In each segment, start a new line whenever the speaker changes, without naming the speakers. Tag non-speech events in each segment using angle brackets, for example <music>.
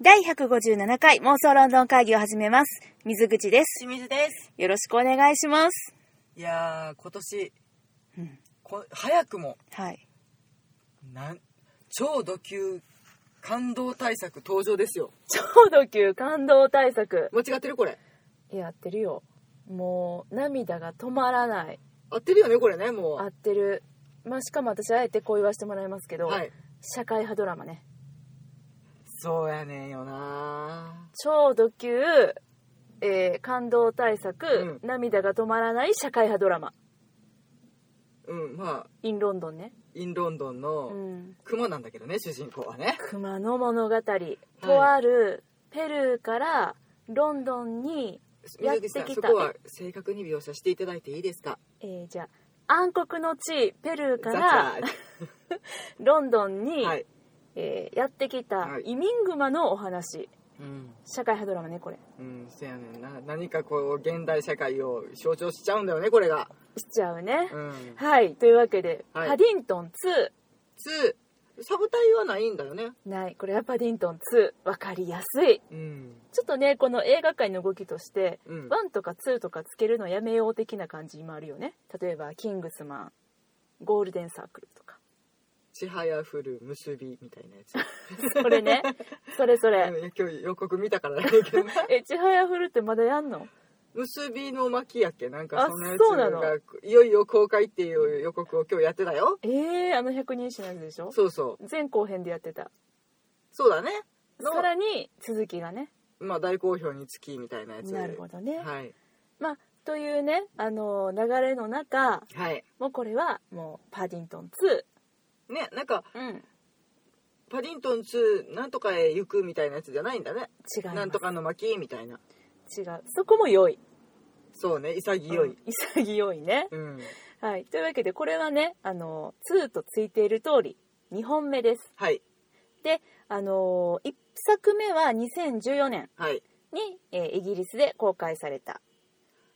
第157回妄想ロンドン会議を始めます。水口です。
清水です。
よろしくお願いします。
いやー、今年、
うん
こ早くも、
はい。
なん、超ド級感動対策登場ですよ。
超度級感動対策。
間違ってるこれ。
やってるよ。もう、涙が止まらない。
合ってるよね、これね、も
合ってる。まあ、しかも私、あえてこう言わせてもらいますけ
う。
ど、
はい。
社会派ドラマね。
そうやねんよな
超度級、えー感動対策、
う
涙が止まらない社会派ドラマ。
うん、まあ、
インロンドンね。
インロンドン
う
の
ん。
熊なんだけどね、主人公はね。
熊の物語。とある、ペルーから、ロンドンに、やってきた
水口さんそこは正確に描写していただいていいですか
えーじゃあ暗黒の地ペルーか
ザ
らロンドンに、
ザはい。
えーやってきた
はい
移民熊のお話
うん。
社会派ドラマねこれ
うん、せやねんな。何かこう、現代社会を象徴しちゃうんだよね、これが。
しちゃうね、
うん。
はいというわけで、
はい
パディントン2
つサブタイはないんだよね
ないこれはパディントン2分かりやすい
うん
ちょっとねこの映画界の動きとして、
うん
1とか2とかつけるのやめよう的な感じもあるよね例えば「キングスマン」「ゴールデンサークル」とか
ちはやふる結びみたいなやつ
それ
<laughs>
ねそれそれ
うん今日予告見たからだけど <laughs> ね
えちはやふるってまだやんの
結びの巻やっけなんかそのやつ
あそうなの
がいよいよ公開っていう予告を今日やってたよ
ええあの百人一首のやつでしょ
そうそう
前後編でやってた
そうだねの
さらに続きがね
まあ大好評につきみたいなやつ
なるほどね、
はい
まあというねあの流れの中
はい
もうこれはもうパディントン
ねなんか
2、うん、違い
パディントン2なんとかへ行くみたいなやつじゃないんだね
ます
なんとかの巻みたいな
違うそこも良い
そうね潔
う
い
ん、潔いね、
うん、
はいというわけでこれはねあの2とついている通り2本目です
はい
であの1作目は2014年
はい
に、えーイギリスで公開された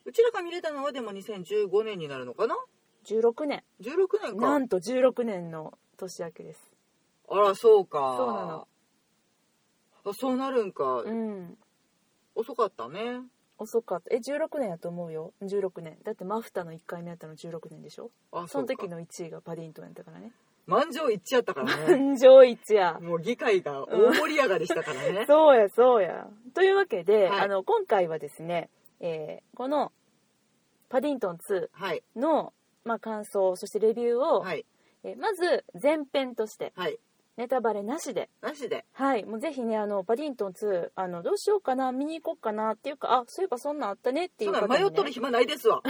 うちらが見れたのはでも2015年になるのかな
16年
16年か
なんと16年の年明けです
あらそうか
そうなの
あそうなるんか、
うん
遅かったね
遅かったえ16年やと思うよ16年だってマフタの1回目やったの16年でしょ
あ
その
う
時
か
の1位がパディントンやったからね
満場一致やったか
<laughs>
らね
感情一や
もう議会が大盛り上がりしたから
<laughs>
ね、
そうやそうやというわけで、
はい
あの今回はですね、えーこのパディントン
はい
2の、まあ、感想そしてレビューを、
はい
えーまず前編として
はい
ネタバレなしで
なしで
はいもうぜひねあのパディントン2あのどうしようかな見に行こうかなっていうかあそういえばそんなんあったねってい
そうう
方
な
に、ね、
ん迷っとる暇ないですわ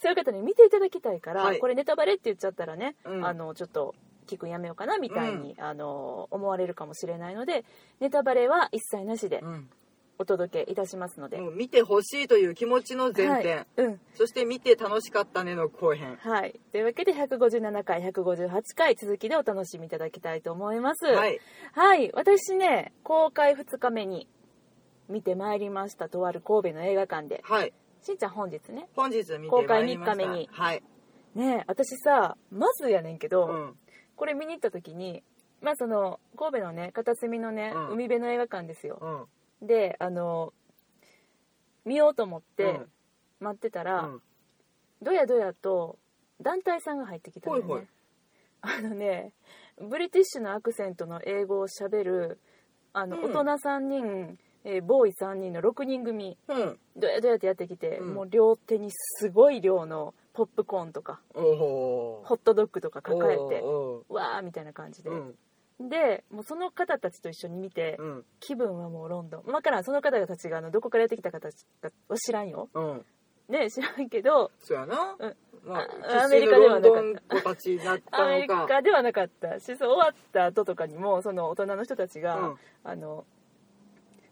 そういう方に見ていただきたいから、
はい
これネタバレって言っちゃったらね、
うん
あのちょっと聞くんやめようかなみたいに、あの思われるかもしれないのでネタバレは一切なしで
うん
お届けいたしますので、
もう見てほしいという気持ちの前
はい
編、
うん
そして見て楽しかったねの後編
はい、というわけで157回158回続きでお楽しみいただきたいと思います、
はいい
はい私ね公開2日目に見てまいりましたとある神戸の映画館で
はい
しんちゃん本日ね
本日見
公
てま
開
いりました
三日目に
はい、
ねえ私さまずやねんけ
う
ど、
ん、
これ見に行った時にまあその神戸のね片隅のね、
うん
海辺の映画館ですよ
うんうん
であの見ようと思って待ってたら、
うん
どやどやと団体さんが入ってきたのよね
ほいほい
あのねブリティッシュのアクセントの英語をしゃべるあの、
うん
大人3人、えーボーイ3人の6人組
うん
どやどやってやってきて、
うん
もう両手にすごい量のポップコーンとか
おお
ホットドッグとか抱えて
おお
わーみたいな感じで、
うん
でもうその方たちと一緒に見て、
うん
気分はもうロンドン分からんその方たちがあのどこからやってきた方かは知らんよ
うん
ね知らんけど
そうやな。
うん
ま
あ
あ、
アメリカではなかった
生粋のロンドン子たちだった
アメ
の
リ
か。
カではなかったしそう終わった後とかにもその大人の人たちが、
うん
あの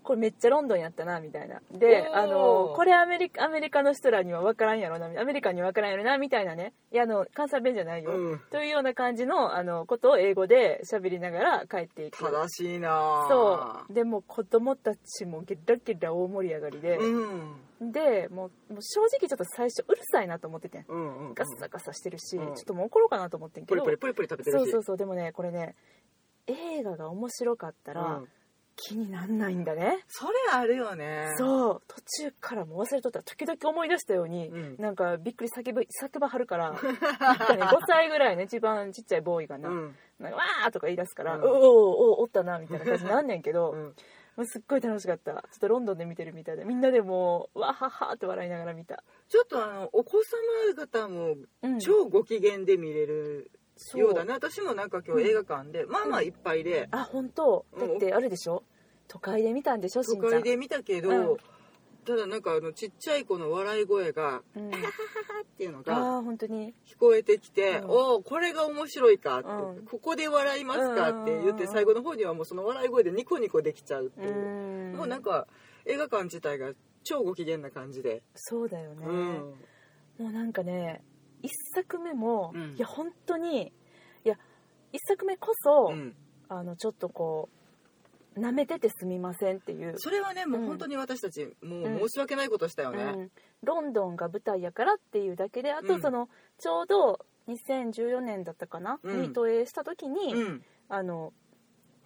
これめっちゃロンドンやったなみたいなで
おー
あのこれアメリカアメリカの人らには分からんやろなアメリカには分からんやろなみたいなねいやあの関西弁じゃないよ、
うん
というような感じのあのことを英語で喋りながら帰っていく
正しいな。
そうでもう子供たちもゲラゲラ大盛り上がりで、
うん。
でもうもう正直ちょっと最初うるさいなと思っててん
うんうんうん。
ガサガサしてるし、
うん
ちょっともう怒ろうかなと思ってんけ
プ
ど
リプリプリプリ食べて
そ
る
う
し。
そうそうでもねこれね映画が面白かったら、
うん
き気になんないんだね。
それあるよね
そう途中からもう忘れとった時々思い出したように、
うん
なんかびっくり叫ぶ叫ばはるからな
<laughs>
んかね5歳ぐらいね一番ちっちゃいボーイがな「
ん
なんかわー!」とか言い出すから「
うん
おうおうおうおったな」みたいな感じになんねんけど、
うん
もうすっごい楽しかったちょっとロンドンで見てるみたいでみんなでもうわははって笑いながら見た、
ちょっとあのお子様方も
うん、
超ご機嫌で見れる
そう
ようだね、私もなんか今日映画館で、まあまあいっぱいで、
あ本当
うん
だってあるでしょ都会で見たんでしょしん
都
ちゃん
会で見たけど、
うん
ただなんかあのちっちゃい子の笑い声が
うん、
「あ」っていうのが
ああ本当に
聞こえてきて「
うん
おおこれが面白いか」って、
うん
ここで笑いますか」って言
う
って
ん
最後の方にはもうその笑い声でニコニコできちゃうって
う
いう、
ん
もうなんか映画館自体が超ご機嫌な感じで、
そうだよね、
うん
もうなんかね一作目も、
うん
いや本当にいや一作目こそ、
うん
あのちょっとこうなめててすみませんっていう、
それはねもううん本当に私たちも
うん
う申し訳ないことしたよ
う
ね、
ん、ロンドンが舞台やからっていうだけであ
う
と
ん
その、ちょうど2014年だったかな、
うん
に投影した時に、
うん
あの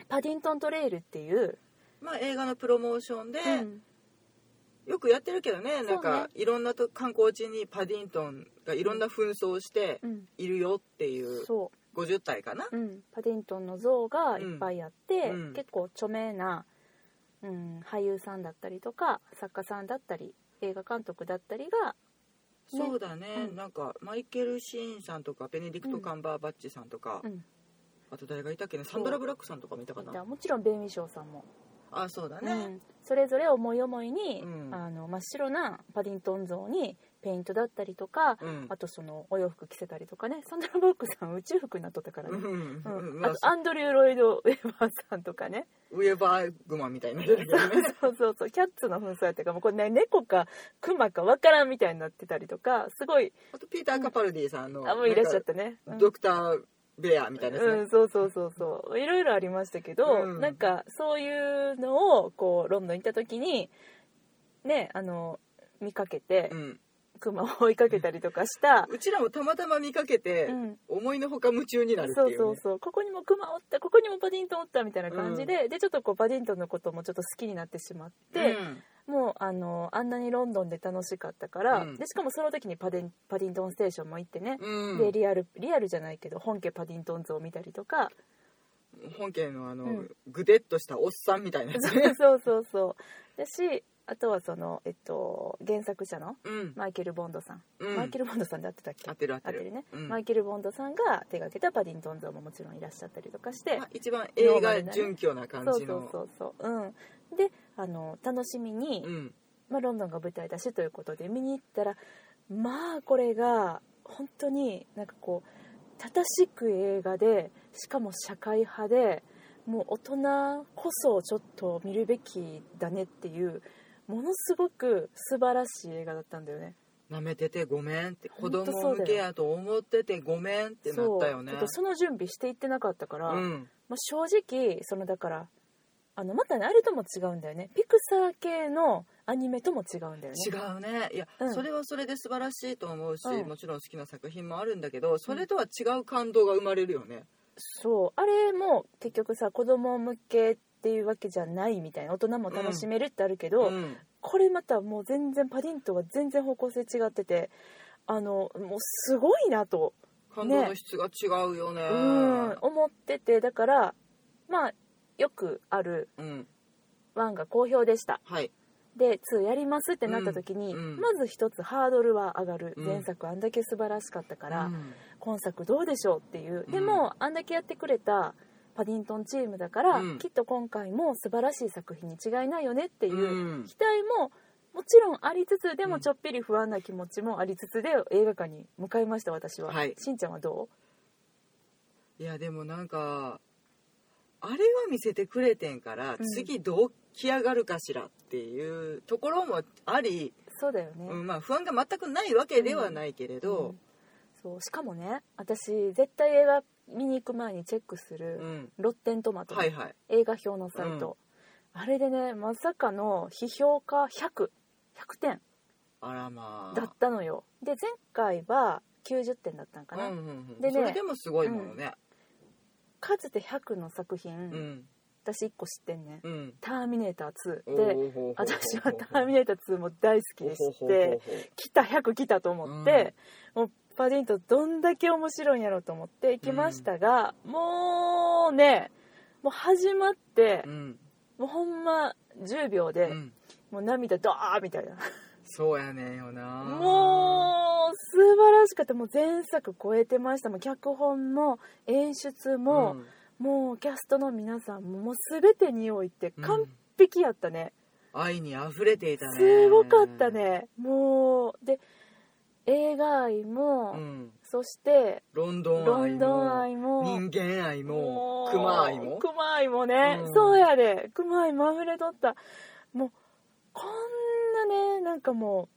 パディントントレイルっていう、
まあ、映画のプロモーションで、
うん
よくやってるけどねなん
そうね
かいろんなと観光地にパディントンがいろんな紛争をして
うん
いるよっていう
そう
50体かな、
うん、パディントンの像がいっぱいあって、
うんうん
結構著名な、うん、俳優さんだったりとか作家さんだったり映画監督だったりが
そうだね、
うん
なんかマイケル・シーンさんとかベネディク
う
ト・
ん
カンバーバッチさんとか、
うん
あと誰がいたっけね
う
サンドラ・ブラックさんとか見たか
いた
な
もちろんベン・ウィショーさんも、
あそうだ
う
ね、
んそれぞれ思い思いに、
うん
あの真っ白なパディントン像にペイントだったりとか、
うん
あとそのお洋服着せたりとかねサンドラ・ブロックさん宇宙服になっとったから
う
ね、
ん
うん
うんま
あ
あ
とアンドリュー・ロイド・ウェーバーさんとかね
ウェーバーグマンみたいになってるけ
<laughs>
どね
そうそうそうキャッツの紛争やったからもうこれ、ね、猫かクマかわからんみたいになってたりとかすごい
あとピーター・カパルディさんの、
あもういらっしゃったね。う
なん
ん
かドクター・ベアみたいなやつね、
うん、そうそうそうそういろいろありましたけど、
うん
なんかそういうのをこうロンドン行った時にねあの見かけて、
うん
クマを追いかけたりとかした、
うちらもたまたま見かけて、
うん
思いのほか夢中になるってい、
そうう
ね、
そうそうここにもクマおったここにもパディントンおったみたいな感じで、でちょっとこうパディントンのこともちょっと好きになってしまって、
うん
もうあのあんなにロンドンで楽しかったから、
うん
でしかもその時にパデンパディントンステーションも行ってね、
うん
でリアルリアルじゃないけど本家パディントン像を見たりとか <laughs>
本家のあの、
うん
ぐでっとしたおっさんみたいなやつね。
そうそうそうだしあとはその、えっと、原作者の
うん。
マイケル・ボンドさん、
うん
マイケル・ボンドさんで合ってたっけ
合ってる合ってる。
ね、
うん
マイケル・ボンドさんが手がけたパディントン像ももちろんいらっしゃったりとかして、
まあ一番映画準拠な感
そう
じ
そう
の。
そうそううんであの楽しみに、
うん。
まあ、ロンドンが舞台だしということで見に行ったらまあこれが本当になんかこう正しく映画でしかも社会派でもう大人こそちょっと見るべきだねっていうものすごく素晴らしい映画だったんだよね。
舐めててごめんって
ほ
子
んとそうだよ
供向けやと思っててごめんってなったよね
そうちょっとその準備していってなかったから、
うん
まあ、正直そのだからあのまたねあれとも違うんだよねピクサー系のアニメとも違うんだよね。
違うねいや、
うん
それはそれで素晴らしいと思うし、
うん
もちろん好きな作品もあるんだけどそれとは違う感動が生まれるよね、
そうあれも結局さ子供向けっていうわけじゃないみたいな大人も楽しめるってあるけど、
うん
これまたもう全然パディントンは全然方向性違っててあのもうすごいなと、
感動の質が違うよね
うん思っててだからまあよくある
うん
1が好評でした
はい
で2やりますってなった時に、
うんうん
まず一つハードルは上がる、
うん
前作あんだけ素晴らしかったから、
うん
今作どうでしょうっていうでも、あんだけやってくれたパディントンチームだから、
うん
きっと今回も素晴らしい作品に違いないよねっていううん期待ももちろんありつつで
う
も
ん
ちょっぴり不安な気持ちもありつつで映画館に向かいました私は、
はい
しんちゃんはど
いやでもなんかあれは見せてくれてんから、
うん
次どう来上がるかしらっていうところもあり、
うそうだよね、
うんまあ、不安が全くないわけではないけれ
う
ど
ん、そうしかもね私絶対映画見に行く前にチェックす
うん
る、ロッテントマトの
はいはい
映画表のサイト、あれでねまさかの批評家100100点
あらまあ
だったのよで前回は90点だったんかな、
うんうんうん
でね
それでもすごいものね
かつて100の作品、
うん
私1個知ってんねん
うん
「ターミネーター2」で
で
私は「ターミネーター2」も大好きでして来た100来たと思って、もうパディントンどんだけ面白いんやろうと思って行きましたが、もうねもう始まって、
うん
もうほんま10秒で、
うん
もう涙ドアーみたいな
そうやねんよな
もう素晴らしかったもう前作超えてましたもう脚本も演出
う
も、
ん
もうキャストの皆さんももう全てにおいて
うん
完璧やったね、
愛に溢れていたね
すごかったねもうで映画愛も、
うん
そして
ロンドン愛も
ロンドン愛も
人間愛も
う
クマ愛も
クマ愛もね、
うん
そうやでクマ愛も溢れとったもうこんなねなんかも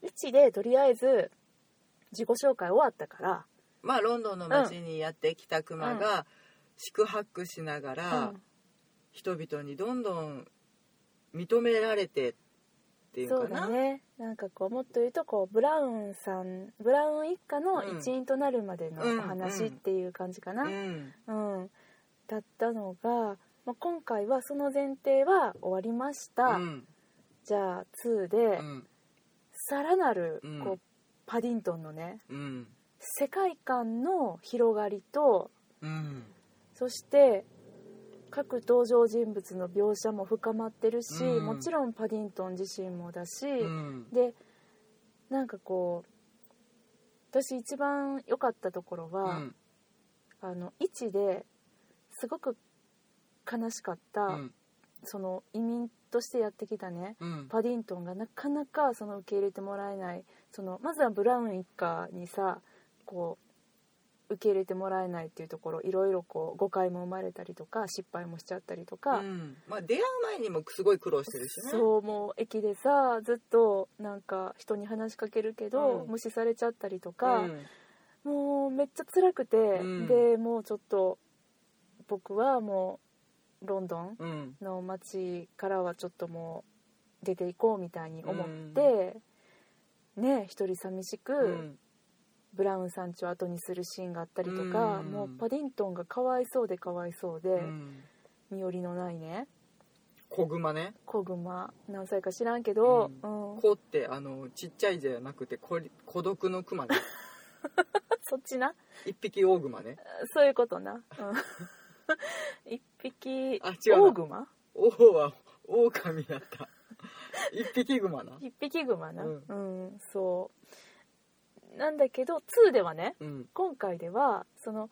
ううちでとりあえず自己紹介終わったから
まあロンドンの街にやってきたクマが宿泊しながら
うん
人々にどんどん認められてっていう
そ
か
うだ
な
ねなんかこうもっと言うとこうブラウンさんブラウン一家の一員となるまでの
うん
お話っていう感じかな、
うん
うん、だったのが、まあ、今回はその前提は終わりました、
うん
じゃあ2で、
うん
さらなる
うん
こうパディントンのね
うん
世界観の広がりと
うん
そして各登場人物の描写も深まってるし、
うん
もちろんパディントン自身もだし、
うん
でなんかこう私一番良かったところは、
うん
あの1ですごく悲しかった、
うん
その移民としてやってきたね
うん
パディントンがなかなかその受け入れてもらえないそのまずはブラウン一家にさこう受け入れてもらえないっていうところいろいろこう誤解も生まれたりとか失敗もしちゃったりとか、
うんまあ出会う前にもすごい苦労してるしね
そうもう駅でさずっとなんか人に話しかけるけど、
うん
無視されちゃったりと
う
か、
ん
もうめっちゃ辛くて、
うん
でもうちょっと僕はもうロンドン
うん
の街からはちょっともう出ていこうみたいに思って、ね一人寂しく、
うん
ブラウン山地を後にするシーンがあったりとか、
うん
もうパディントンがかわいそうでかわいそうで、
うん
身寄りのないね
子熊ね
子グマ何歳か知らんけど、
う
うん
子ってあのちっちゃいじゃなくてこり孤独の熊ね
そっちな
一匹大熊ね
そういうことな、うん、 <laughs> 一匹
あ違うな
大グマ
王は狼だった一匹熊な
一匹グマな
うん
うん、そうなんだけど2ではね
うん
今回ではその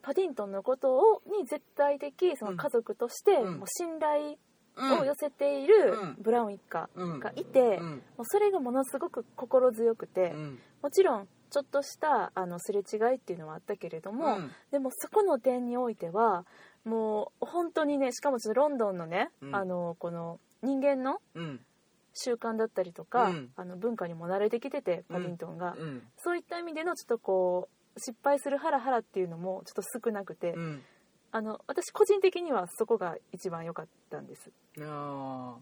パディントンのことをに絶対的その家族として
うん
もう信頼
うん
を寄せている
うん
ブラウン一家
うん
がいて
う
も
ん
うそれがものすごく心強く
う
て
ん
もちろんちょっとしたあのすれ違いっていうのはあったけれども、
うん
でもそこの点においてはもう本当にねしかもちょっとロンドンのね、
うん
あのこの人間の
うん
習慣だったりとか、
うん
あの文化にも慣れてきててパディントンが、
うん
そういった意味でのちょっとこう失敗するハラハラっていうのもちょっと少なくて、
うん
あの私個人的にはそこが一番良かったんです。
あ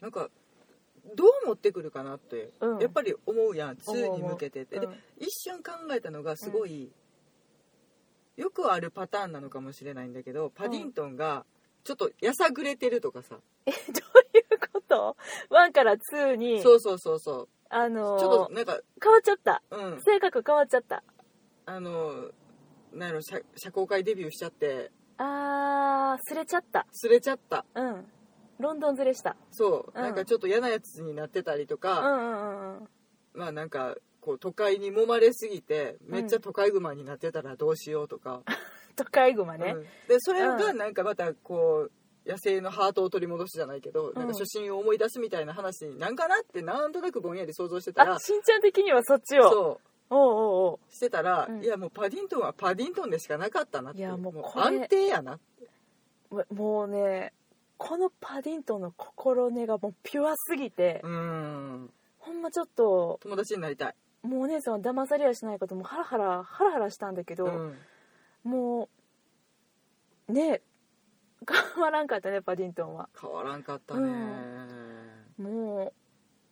ーなんかどう持ってくるかなって、
うん
やっぱり思うやん
思う思
2
う
に向けてって、で
うん <laughs>
一瞬考えたのがすごい、よくあるパターンなのかもしれないんだけどパディントンがちょっとやさぐれてるとかさ、
えどういうこと1から2に
そうそうそうそう
あの
ちょっとなんか
変わっちゃった
うん
性格変わっちゃった
あのなんやろ社社交界デビューしちゃって
あーすれちゃった
すれちゃった
うんロンドンずれした
そう、
うん
なんかちょっと嫌なやつになってたりと
うんう
か、
んうん
まあなんかこう都会に揉まれすぎてめっちゃ都会グマになってたらどうしようとか、
都会グマね、
うんでそれ
う
が
ん
なんかまたこう野生のハートを取り戻すじゃないけど、なんか初心を思い出すみたいな話になんかなってなんとなくぼんやり想像してたら
あしんちゃん的にはそっちを
そう
おうおうお
してたら、
うん
いやもうパディントンはパディントンでしかなかったなって
いやもうこれ
安定やな
うももうねこのパディントンの心根がもうピュアすぎて、
うん
ほんまちょっと
友達になりたい
もうお姉さんは騙されやしないこともハラハラハラハラしたんだけど、
うん
もうね変わらんかったねパディントンは
変わらんかったね、
うも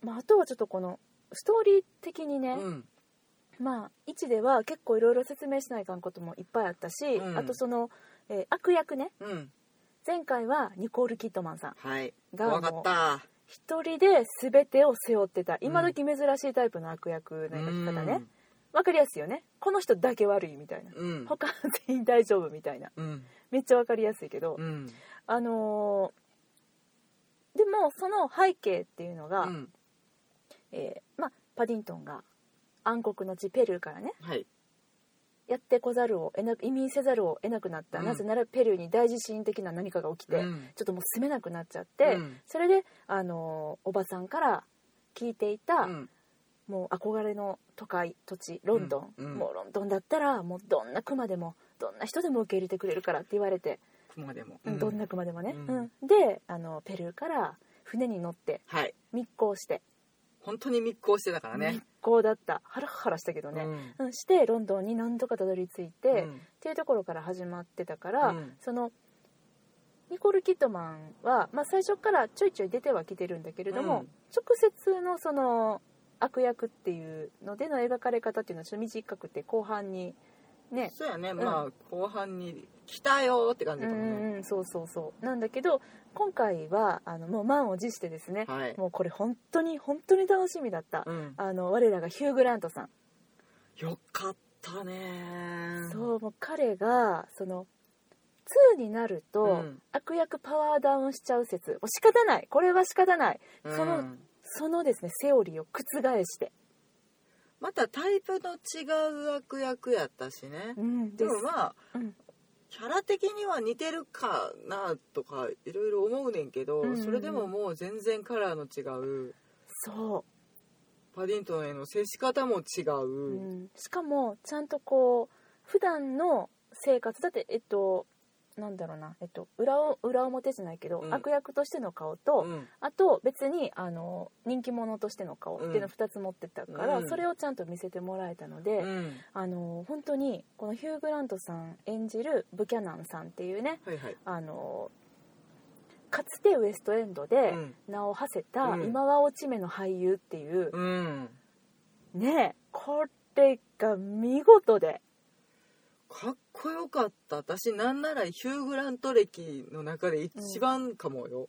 う、まあ、あとはちょっとこのストーリー的に
う
ね、
ん
まあ1では結構いろいろ説明しないかんこともいっぱいあったし、
うん
あとそのえー悪役ね
うん
前回はニコール・キッドマンさん
はい
が
怖かった
一人で全てを背負ってた今時珍しいタイプの悪役の描き方ねわかりやすいよねこの人だけ悪いみたいな
うん
他は全員大丈夫みたいな
うん
めっちゃわかりやすいけど
うん
あのーでもその背景っていうのが、
うん
えーまあ、パディントンが暗黒の地ペルーからね
はい
やってこざるを得な移民せざるを得なくなった、
うん
なぜならペルーに大地震的な何かが起きて、
うん
ちょっともう住めなくなっちゃって、
うん
それで、あのーおばさんから聞いていた、
うん
もう憧れの都会土地ロンドン、
うんうん
もうロンドンだったらもうどんなクマでもどんな人でも受け入れてくれるからって言われて、
熊でも
どんなクマでもね、
うん
うんであのペルーから船に乗って
はい
密航して、
本当に密航してたからね
密航だったハラハラしたけどね、
うん
うんしてロンドンに何度かたどり着いて、
う
っ
ん
ていうところから始まってたから、
うん
そのニコール・キッドマンは、まあ、最初からちょいちょい出てはきてるんだけれども、
うん
直接のその悪役っていうのでの描かれ方っていうのはちょっと短くて後半にね
そうやねまあ後半に来たよーって感じ
う
だ
ん
も
うん
ね
んうんそうそうそうなんだけど今回はあのもう満を持してですね、
はい
もうこれ本当に本当に楽しみだった、
うん
あの我らがヒュー・グラントさん
よかったねー
そうもう彼がその2になると、
うん
悪役パワーダウンしちゃう説もう仕方ないこれは仕方ないその
うん
そのですねセオリーを覆して、
またタイプの違う悪役やったしね
うん、
で
です
もまあ
うん
キャラ的には似てるかなとかいろいろ思うねんけど、
うんうんうん
それでももう全然カラーの違う
そ
パディントンへの接し方も違う、
う、うん、しかもちゃんとこう普段の生活だってえっとなんだろうな、えっと、裏を裏表じゃないけど、
うん
悪役としての顔と、
うん
あと別にあの人気者としての顔っていうのを
うん
2つ持ってたから、
うん
それをちゃんと見せてもらえたので、
うん
あの本当にこのヒュー・グラントさん演じるブキャナンさんっていうね
はいはい、
あのかつてウエストエンドで
うん
名を馳せた
うん
今は落ち目の俳優っていう、
うん、
ねえこれが見事で
かっこよかった私なんならヒュー・グラント歴の中で一番かもよ、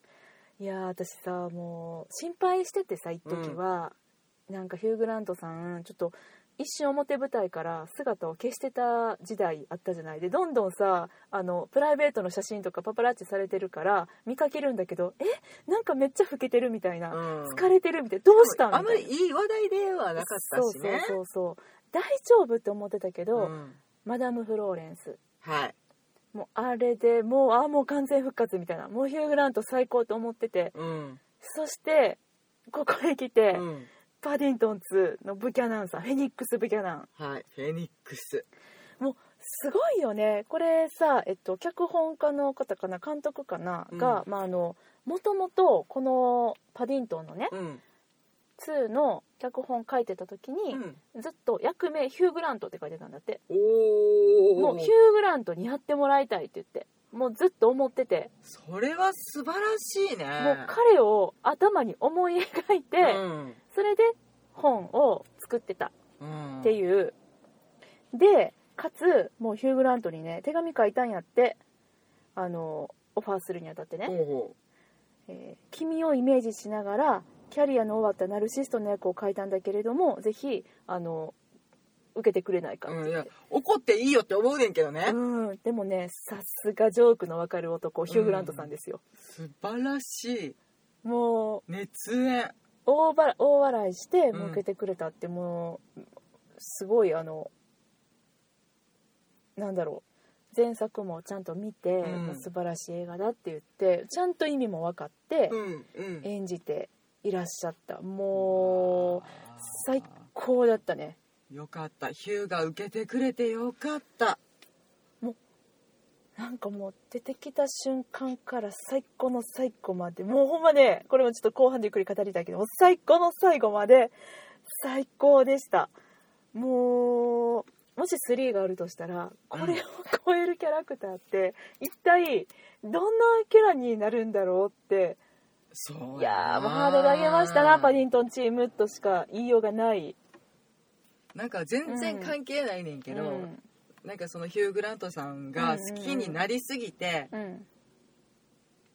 いやー私さもう心配しててさ一時は、なんかヒュー・グラントさんちょっと一瞬表舞台から姿を消してた時代あったじゃないでどんどんさあのプライベートの写真とかパパラッチされてるから見かけるんだけどえなんかめっちゃ老けてるみたいな、
うん
疲れてるみたいなどうしたみた
あ
い
ん
な
まりいい話題ではなかったしね
そうそうそうそう大丈夫って思ってたけど、
うん
マダム・フローレンス
はい
もうあれでもうあもう完全復活みたいなもうヒュー・グラント最高と思ってて
うん、
そしてここへ来て、
うん、
パディントン2のブキャナンさんフェニックス・ブキャナン
はいフェニックス
もうすごいよねこれさ、えっと、脚本家の方かな監督かなが、まあ、あのもともとこのパディントンのね
うん
2の脚本書いてた時に、
うん
ずっと役名ヒュー・グラントって書いてたんだって
おお
もうヒュー・グラントにやってもらいたいって言ってもうずっと思ってて、
それは素晴らしいね
もう彼を頭に思い描いて、
うん
それで本を作ってた
うん、
っていう、でかつもうヒュー・グラントにね手紙書いたんやってあのオファーするにあたってね、
ほうほ
えー君をイメージしながらキャリアの終わったナルシストの役を書いたんだけれどもぜひあの受けてくれないか
う
って
う
言
ん、
っ
い
て
や怒っていいよって思うねんけどね、
うん、でもねさすがジョークのわかる男ヒュー・グラントさんですよ、
素晴らしい
もう
熱演
大ば大笑いして
うん
向けてくれたって、もうすごいあのなんだろう前作もちゃんと見て、
うん
もう素晴らしい映画だって言ってちゃんと意味も分かって
うんうん
演じていらっしゃったもう
あー
最高だったね
よかったヒューが受けてくれてよかった
なんかもう出てきた瞬間から最高の最後までもうほんまねこれもちょっと後半でゆっくり語りたいけどもう最高の最後まで最高でしたもうもし3があるとしたらこれを超えるキャラクターって一体どんなキャラになるんだろうって
そう
いやーもうハードル上げましたなパデ
ン
ィントンチームとしか言いようがない
なんか全然関係ないねんけど、
うん
なんかそのヒュー・グラントさんが好きになりすぎて、
うん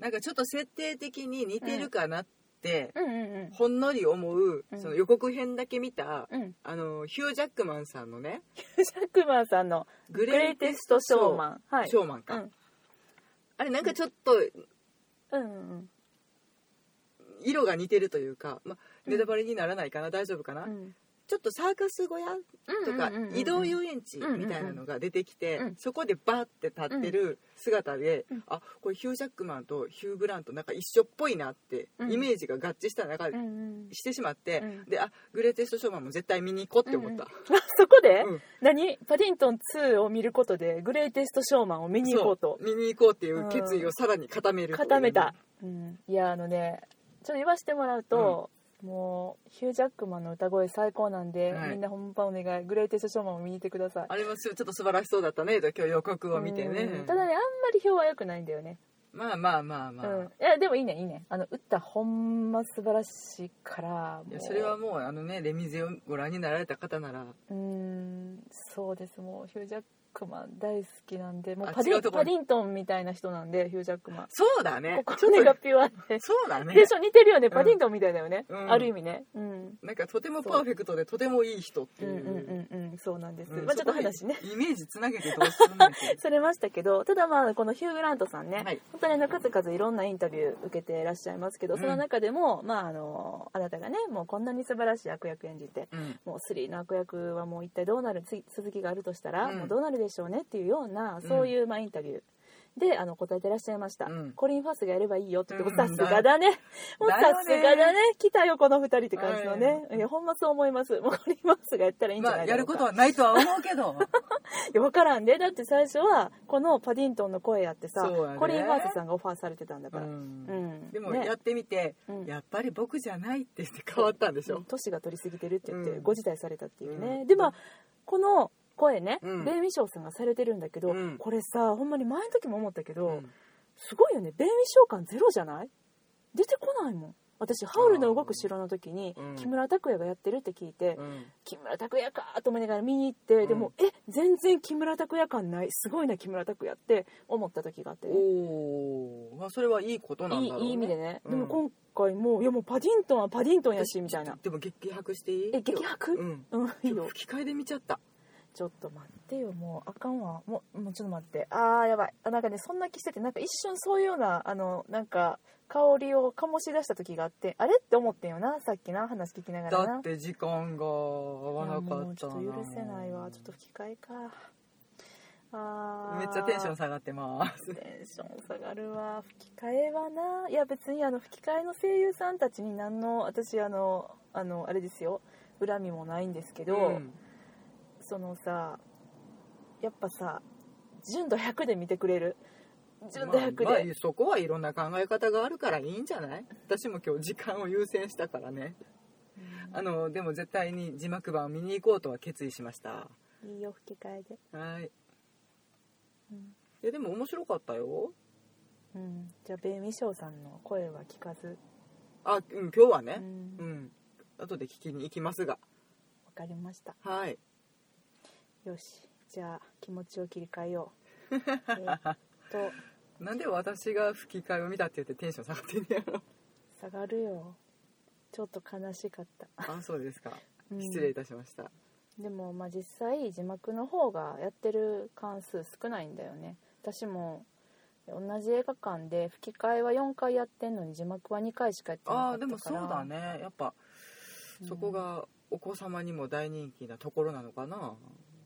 なんかちょっと設定的に似てるかなって、
うんうん
ほんのり思う
うん
その予告編だけ見た、
うんうん
あのヒュー・ジャックマンさんのね
ジャックマンさんの
「
「
グ
グレイテスト・ショーマン」はい
ショーマンか、あれなんかちょっと
うんうんうん
色が似てるというか、ま、
うん
ネタバレにならないかな大丈夫かな、
うん
ちょっとサーカス小屋とか
うんうんうんうん
移動遊園地みたいなのが出てきて、
うん
そこでバーって立ってる姿で、
うん
あこれヒュー・ジャックマンとヒュー・グラントなんか一緒っぽいなって
うん
イメージが合致した中
う
で
んうん
してしまって、
うん
であグレーテスト・ショーマンも絶対見に行こうって思った、
あそこで、
うん
何パディントン2を見ることでグレイテストショーマンを見に行こうと
そう見に行こうっていう決意をさらに固めるという
固めた、うん、いやあのねちょっと言わせてもらうと、もうヒュー・ジャックマンの歌声最高なんで、
はい
みんな本番お願いグレイテストショーマンを見に行ってください
あれはちょっと素晴らしそうだったねと今日予告を見てね
うんただねあんまり評は良くないんだよね、
まあまあまあまあ、
うん、いやでもいいねいいねあの打ったほんま素晴らしいから
い
もう
やそれはもうあのねレミゼをご覧になられた方なら
うんそうですもうヒュー・ジャックマン大好きなんでもう
あ
パデ
違う
ィ
ところ
パデ
に
ィントンみたいな人なんでヒュー・ジャックマン
そうだね
こ
ちょ
こ
っ
が
と
ピュアで
そうだね
でしょ似てるよねパディントンみたいだよね、
うん
ある意味ね、うん、
なんかとてもパーフェクトでとてもいい人って
うん
い
うん
う
うんうんそうなんです、
うん
まあちょっと
そこに
話ね
イメージつなげてどうするんだ
<laughs>
っけ
それましたけどただまあこのヒュー・グラントさんね、
はい
本当にあの数々いろんなインタビュー受けていらっしゃいますけど、
うん
その中でも、まあ、あのあなたがねもうこんなに素晴らしい悪役演じて
うん
もう3の悪役はもう一体どうなるつ続きがあるとしたら、
うん
もうどうなるでしょうねっていうようなそういう、まあ、インタビューであの答えてらっしゃいました、
うん
コリン・ファースがやればいいよって言って
う
も
ん
さすがだねもう
だ
さ
よね
すがだね来たよこの2人って感じのね、
う
いやほんまそう思いますもうコリン・ファースがやったらいいんじゃ
ま
な
あ
いだ
や
ろ
る
うか、
ことはないとは思うけど
いや分からんでだって最初はこのパディントンの声やってさ、
そうやね
コリン・ファースさんがオファーされてたんだ
う
から、うん
んでも
ね
やってみて
うん
やっぱり僕じゃないって言って変わったんでし
う
ょ
ん年が取り過ぎてるって言っ
う
て
ん
ご辞退されたっていうね、
うん
でまあこの声ね、
うん
ベン・ウィショーさんがされてるんだけど、
うん
これさほんまに前の時も思ったけど、
うん
すごいよねベン・ウィショー感ゼロじゃない出てこないもん私「ハウルの動く城」の時に
うん
木村拓哉がやってるって聞いて、
うん
木村拓哉かと思いながら見に行って、でもえ全然木村拓哉感ないすごいな木村拓哉って思った時があって、ね、
おーまあそれはいいことなん
いい
だろう
いい意味で
ね
ね、
うん
でも今回もういやもうパディントンはパディントンやしみたいな
でも激白していい
え激白
うん
うんいいよ
吹き替えで見ちゃった
ちょっと待ってよもうあかんわもうもうちょっと待ってあーやばいあなんかねそんな気しててなんか一瞬そういうようなあのなんか香りを醸し出した時があってあれって思ってんよなさっきな話聞きなが
だ
らな
って時間が合わなか
いやもう
っ
ち
た
ょっ
な
と許せないわちょっと吹き替えかあー
めっちゃテンション下がってます
テンション下がるわ吹き替えはないや別にあの吹き替えの声優さんたちに何の私あのあのあれですよ恨みもないんですけど、
うん
そのさやっぱさ純度100で見てくれる純度100で、
まあまあそこはいろんな考え方があるからいいんじゃない私も今日時間を優先したからねあのでも絶対に字幕版を見に行こうとは決意しました
いいよ吹き替えで
はい
うん、
いやでも面白かったよ
うん、じゃあベイミショーさんの声は聞かず
あ、うん、今日は
う
ね
ん
う
わ、
ん後で聞きに行きますが
かりました
はい
よしじゃあ気持ちを切り替えよ
<laughs>
うえーっと
なんで私が吹き替えを見たって言ってテンション下がってんね
<laughs>
やろ
下がるよちょっと悲しかった、
あそうですか
うん
失礼いたしました
でもまあ実際字幕の方がやってる関数少ないんだよね私も同じ映画館で吹き替えは4回やってんのに字幕は2回しかやってなか
あ
っ
ーで
た
も
か
そう
ら
だねやっぱそこ、がお子様にも大人気なところなのかな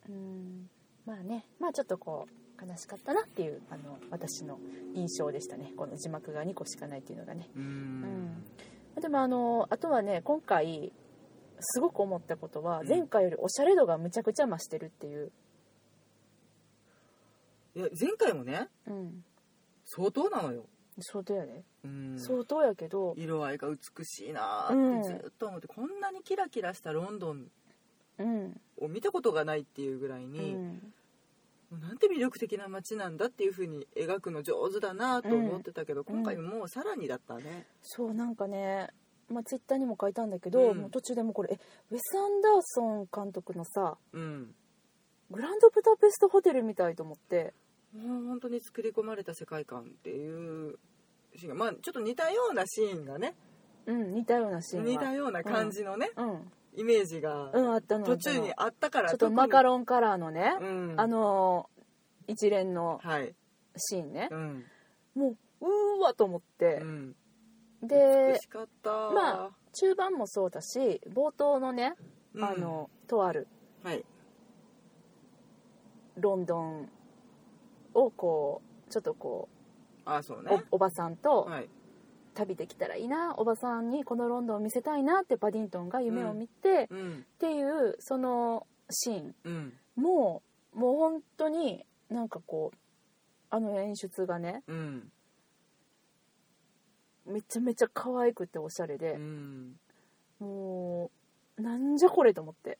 うんうんまあねまあちょっとこう悲しかったなっていうあの私の印象でしたねこの字幕が2個しかないっていうのがね
うーん
でもあのあとはね今回すごく思ったことは
うん
前回よりおしゃれ度がむちゃくちゃ増してるっていう、
いや前回もね
うん、
相当なのよ、
相当やね、
うん、
相当やけど、
色合いが美しいな
うん
ーってずっと思って、こんなにキラキラしたロンドン
うん、
を見たことがないっていうぐらいに、
うん
なんて魅力的な街なんだっていう風に描くの上手だなと思ってたけど、今回もうさらにだったね、
そうなんかね、まあ、ツイッターにも書いたんだけど、
うん
もう途中でもうこれえウェス・アンダーソン監督のさ
うん、
グランドブダペストホテルみたいと思って
もう本当に作り込まれた世界観っていうシーンがまあちょっと似たようなシーンがね
うん似たようなシーンが
似たような感じのね、
うん、
イメージが
うん、あったの
途中に
あっ
あったか
た
ら
のちょっとマカ
ロ
ロンカラーのね、
ン
あのー一連の
はい
シーンね
う、ん、
もううーわと思って
う、ん、
で
美しかった
まあ中盤もそうだし冒頭のね、
うん
あのとある
はい
ロンドンをこうちょっとこ
あそう
う
ね
おおばさんと
はい
旅できたらいいなおばさんにこのロンドンを見せたいなってパディントンが夢を見て、っ
うん
ていうそのシーン
うん
もうもう本当になんかこうあの演出がね
うん
めちゃめちゃ可愛くておしゃれ
う
で、
ん
もうなんじゃこれと思って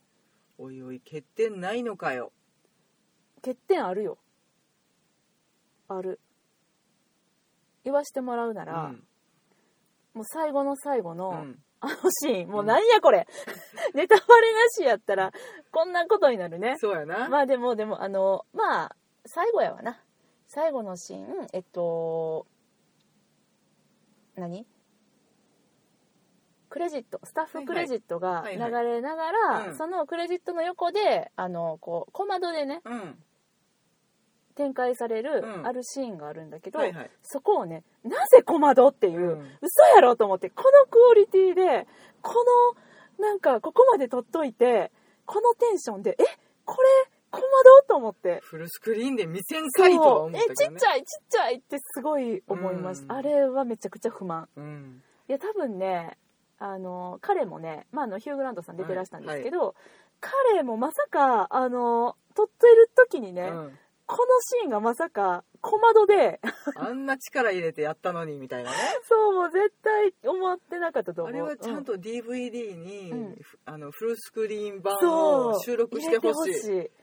おいおい欠点ないのかよ
欠点あるよある言わしてもらうなら、
うん
もう最後の最後の、
うん
あの <laughs> シーン、もうなんやこ
<laughs>
れ、ネタバレなしやったら、こんなことになるね。
そうやな、
まあでも、でも、あの、まあ、最後やわな。最後のシーン、えっと、何クレジット、スタッフクレジットが
はい
流
はいは
れなが
う
ら、
ん
そのクレジットの横で、あの、こう、小窓でね、
うん
展開される
う、ん
あるシーンがあるんだけど、
はいはい
そこをね、なぜ小窓っていう、
うん
嘘やろと思って、このクオリティで、この、なんか、ここまで撮っといて、このテンションで、え、これ、小窓と思って。
フルスクリーンで見せんかいとは思
え、
ったけ
ち
ど
っ
ね
ちゃい、ちっちゃいってすごい思いまし
うん
た。あれはめちゃくちゃ不満。
うん
いや、多分ね、あの、彼もね、まあ、あの、ヒュー・グラントさん出てらしたんですけど、彼もまさか、あの、撮ってる時に
う
ね、
ん、
このシーンがまさか、小窓で、 <laughs>
あんな力入れてやったのにみたいなね
そう、もう絶対思ってなかったと思
あ
う。
れはちゃ
うん
と DVD に、
うん
ふあのフルスクリーン版
そ
を
う
収録してほし
入
い
れてほ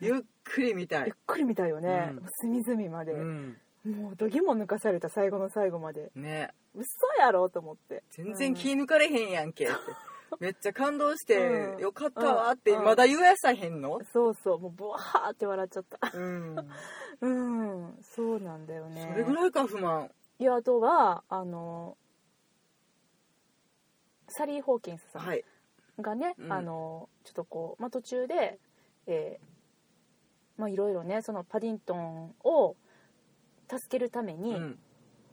ゆっくり見た
ゆ
い
っ、くり見たいよね、
うん
隅々まで、
うん、
もうどぎも抜かされた最後の最後まで
ね
嘘やろと思って
全然気抜かれへんやんけって、めっちゃ感動して、
うん
よかったわって、
うん
まだ言うやさへんの、
そうそうもうブワーって笑っちゃった
うん、
うんそうなんだよね
それぐらいか不満
いやあとはあのサリー・ホーキンスさ
はい
んがね、
うん
あのちょっとこう、まあ、途中でえーまあいろいろねそのパディントンを助けるため
う
に、
ん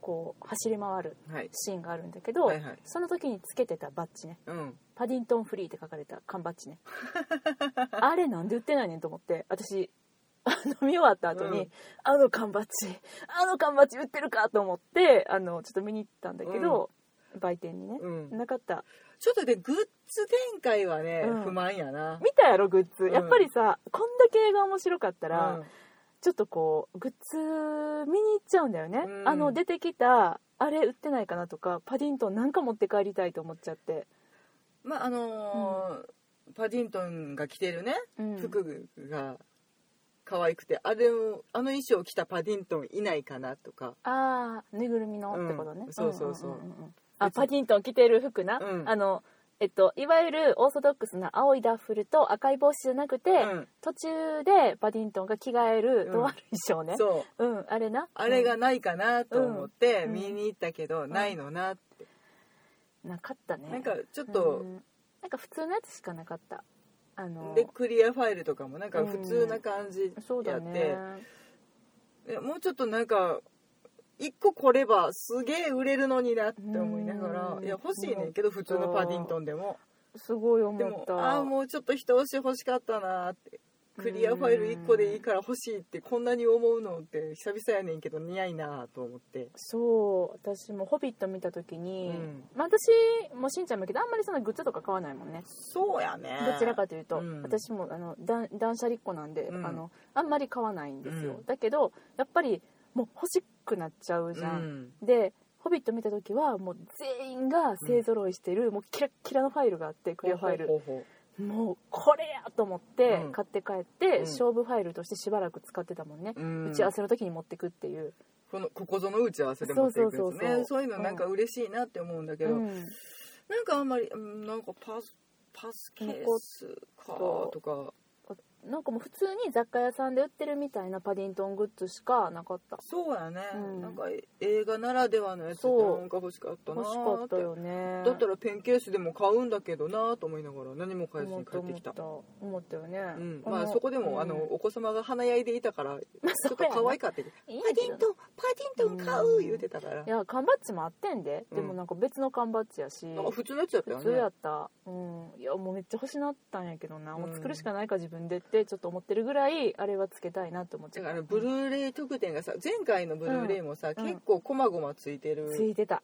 こう走り回る
はい
シーンがあるんだけど、
はいはい
その時につけてたバッジね
うん
パディントンフリーって書かれた缶バッジね <laughs> あれなんで売ってないねんと思って私あの見終わった後に、
うん
あの缶バッジあの缶バッジ売ってるかと思ってあのちょっと見に行ったんだけど、売店にね、
うん
なかった
ちょっとでグッズ展開はね、
うん
不満やな
見たやろグッズ、
うん
やっぱりさこんだけ映画面白かったら、
うん
ちょっとこうグッズ見に行っちゃうんだよね、
うん
あの出てきたあれ売ってないかなとかパディントンなんか持って帰りたいと思っちゃって、
まああのーパディントンが着てるね
うん
服が可愛くてあれをあの衣装を着たパディントンいないかなとか
ああぬいぐるみのってことね、
うんそうそうそうん
んんんあ
別に
パディントン着てる服な、
うん
あのえっといわゆるオーソドックスな青いダッフルと赤い帽子じゃなくて、
うん
途中でパディントンが着替える
うん
とある衣装ね、
そう
うんあれな
あれがないかなと思って
うん
見に行ったけど、ないのな、
うんなかったね
なんかちょっ
う
と、
んなんか普通のやつしかなかったあの
でクリアファイルとかもなんか普通な感じ
そう
や
だ
って、
ね
でもうちょっとなんか一個こればすげえ売れるのになって思いながら、
うん
いや欲しいねんけど普通のパディントンでも、
すごい思
で
っ
も
た
ああもうちょっと一押し欲しかったなってクリアファイル1個でいいから欲しいってこんなに思うのって久々やねんけど似合いなと思って
そう私も「ホビット」見た時に、
うん
まあ、私もしんちゃんもやけどあんまりそのグッズとか買わないもんね
そうやね
どちらかというと、
うん
私もあの断断捨離っ子なんで、
うん
あのあんまり買わないんですよ、
うん
だけどやっぱりもう欲しくなっちゃうじゃ、
うんん
で「ホビット」見た時はもう全員が勢ぞろいしてる、もうキラッキラのファイルがあってクリアファイル
ほうほうほう
もうこれやと思って
うん
買って帰って、
うん
勝負ファイルとしてしばらく使ってたもんね、
ほううん
打ち合わせの時に持ってくっていう、
このここぞの打ち合わせで持っていくやつね
そ
そうう
そうそうそう
いうのなんか嬉しいなって思うんだけど、
うん
なんかあんまりうんなんかパスパスケースかとか
なんかもう普通に雑貨屋さんで売ってるみたいなパディントングッズしかなかった
そうやね、
うん
なんか映画ならではのやつって
そう
なんか欲しかったな
欲し
ー
かったよね
だったらペンケースでも買うんだけどなーと思いながら何も買えず
思
に
った
帰っ
思
て
っ
きた
た思ったよね、
うん、
あの
まあそこで
う
も、
ん
あのお子様が華やいでいたから
<laughs> まあ
ち
そ
ょっ
う
と
やな
可愛かったけど「
いい
パ
んやけ
デ
ど
ィ
な
ントンパディントン買う」言うてたから
いや缶バッジもあってんで、でもなんか別の缶バッジやし
なんか普通のやつだったよ
普
ね
通やった、うん、いやもうめっちゃ欲しなったんやけどな、もう作るしかないか自分でってちょっと思ってるぐらいあれはつけたいなって思っちゃ
だ
っ
か
た
らブルーレイ特典がさ前回のブルーレイもさ、
うん
結構こまごまついてる、
ついてた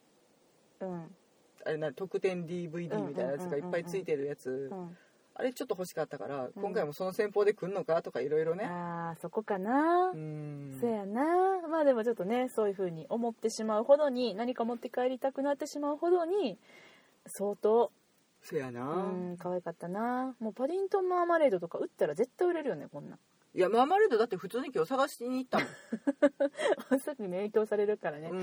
うん
あれな特典 DVD みたいなやつがいっぱいついてるやつ、
うん
あれちょっと欲しかったから、
うん
今回もその戦法で来んのかとかいろいろね
ああそこかな
う、ん
そやなまあでもちょっとねそういう風に思ってしまうほどに何か持って帰りたくなってしまうほどに相当
そやな、
うん可愛かったなもうパディントンマーマレードとか売ったら絶対売れるよねこんなん <laughs>
いやマーマレードだって普通に今日探しに行ったもん
まさに影響されるからね、
うん、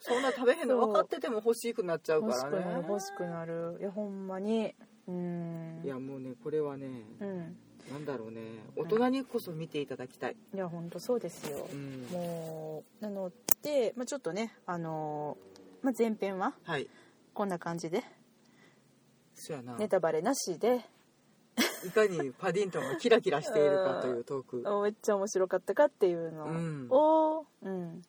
そんな食べへんの
<laughs> そう
分かってても欲しくなっちゃうか
欲し
ら
くな
ね
る欲しくなるいやほんまにうん
いやもうねこれはね、
うん
なんだろうね大人にこそ見ていただきたい、
いや本当そうですよ、
うん
もうなので、まあ、ちょっとねあのーまあ、前編は
はい
こんな感じで
そやな
ネタバレなしで
いかにパディントンがキラキラしているかというトーク
めっちゃ面白かったかっていう
うん
のを、うん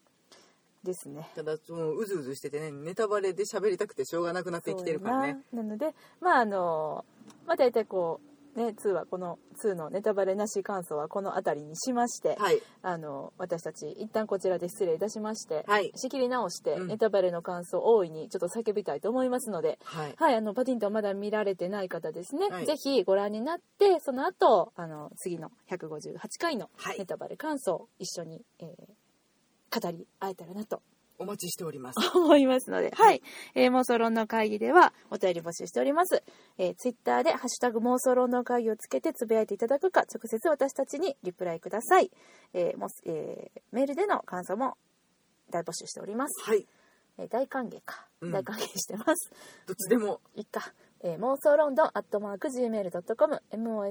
ですね。
ただそのうずうずしててねネタバレで喋りたくてしょうがなくなってきてるからね
そうやななのでまああのまあ大体こうね2はこの2のネタバレなし感想はこの辺りにしまして、
はい
あの私たち一旦こちらで失礼いたしまして、
はい
仕切り直して、
うん
ネタバレの感想を大いにちょっと叫びたいと思いますので。
はい
はい、あのパディントンまだ見られてない方ですね、
はい
ぜひご覧になってその後あの次の158回の
はい
ネタバレ感想を一緒に、えー語り合えたらなと
お待ちしております
思いますので、はいえー妄想論の会議ではお便り募集しております、えー、ツイッターで「ハッシュタグ妄想論の会議」をつけてつぶやいていただくか直接私たちにリプライください、えーもすえーメールでの感想も大募集しております、
はい
えー大歓迎か、
うん
大歓迎してます <laughs>
どっちでも
いっか、えー、妄想ロンドンアットマーク Gmail.com MOSOLONDON ア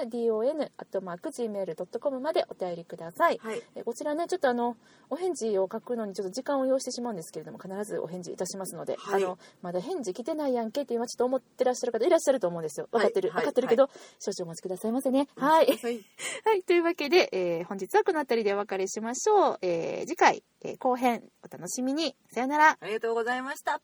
ットマーク Gmail.com までお便りください、
はい
えーこちらねちょっとあのお返事を書くのにちょっと時間を要してしまうんですけれども必ずお返事いたしますので、
はい
あのまだ返事来てないやんけって今ちょっと思ってらっしゃる方いらっしゃると思うんですよ分かってる、
は
分
い
かってるけど、少々お待ちくださいませねはい <laughs>
はい
はい、というわけで、えー本日はこの辺りでお別れしましょう、えー次回、えー後編お楽しみにさよなら
ありがとうございました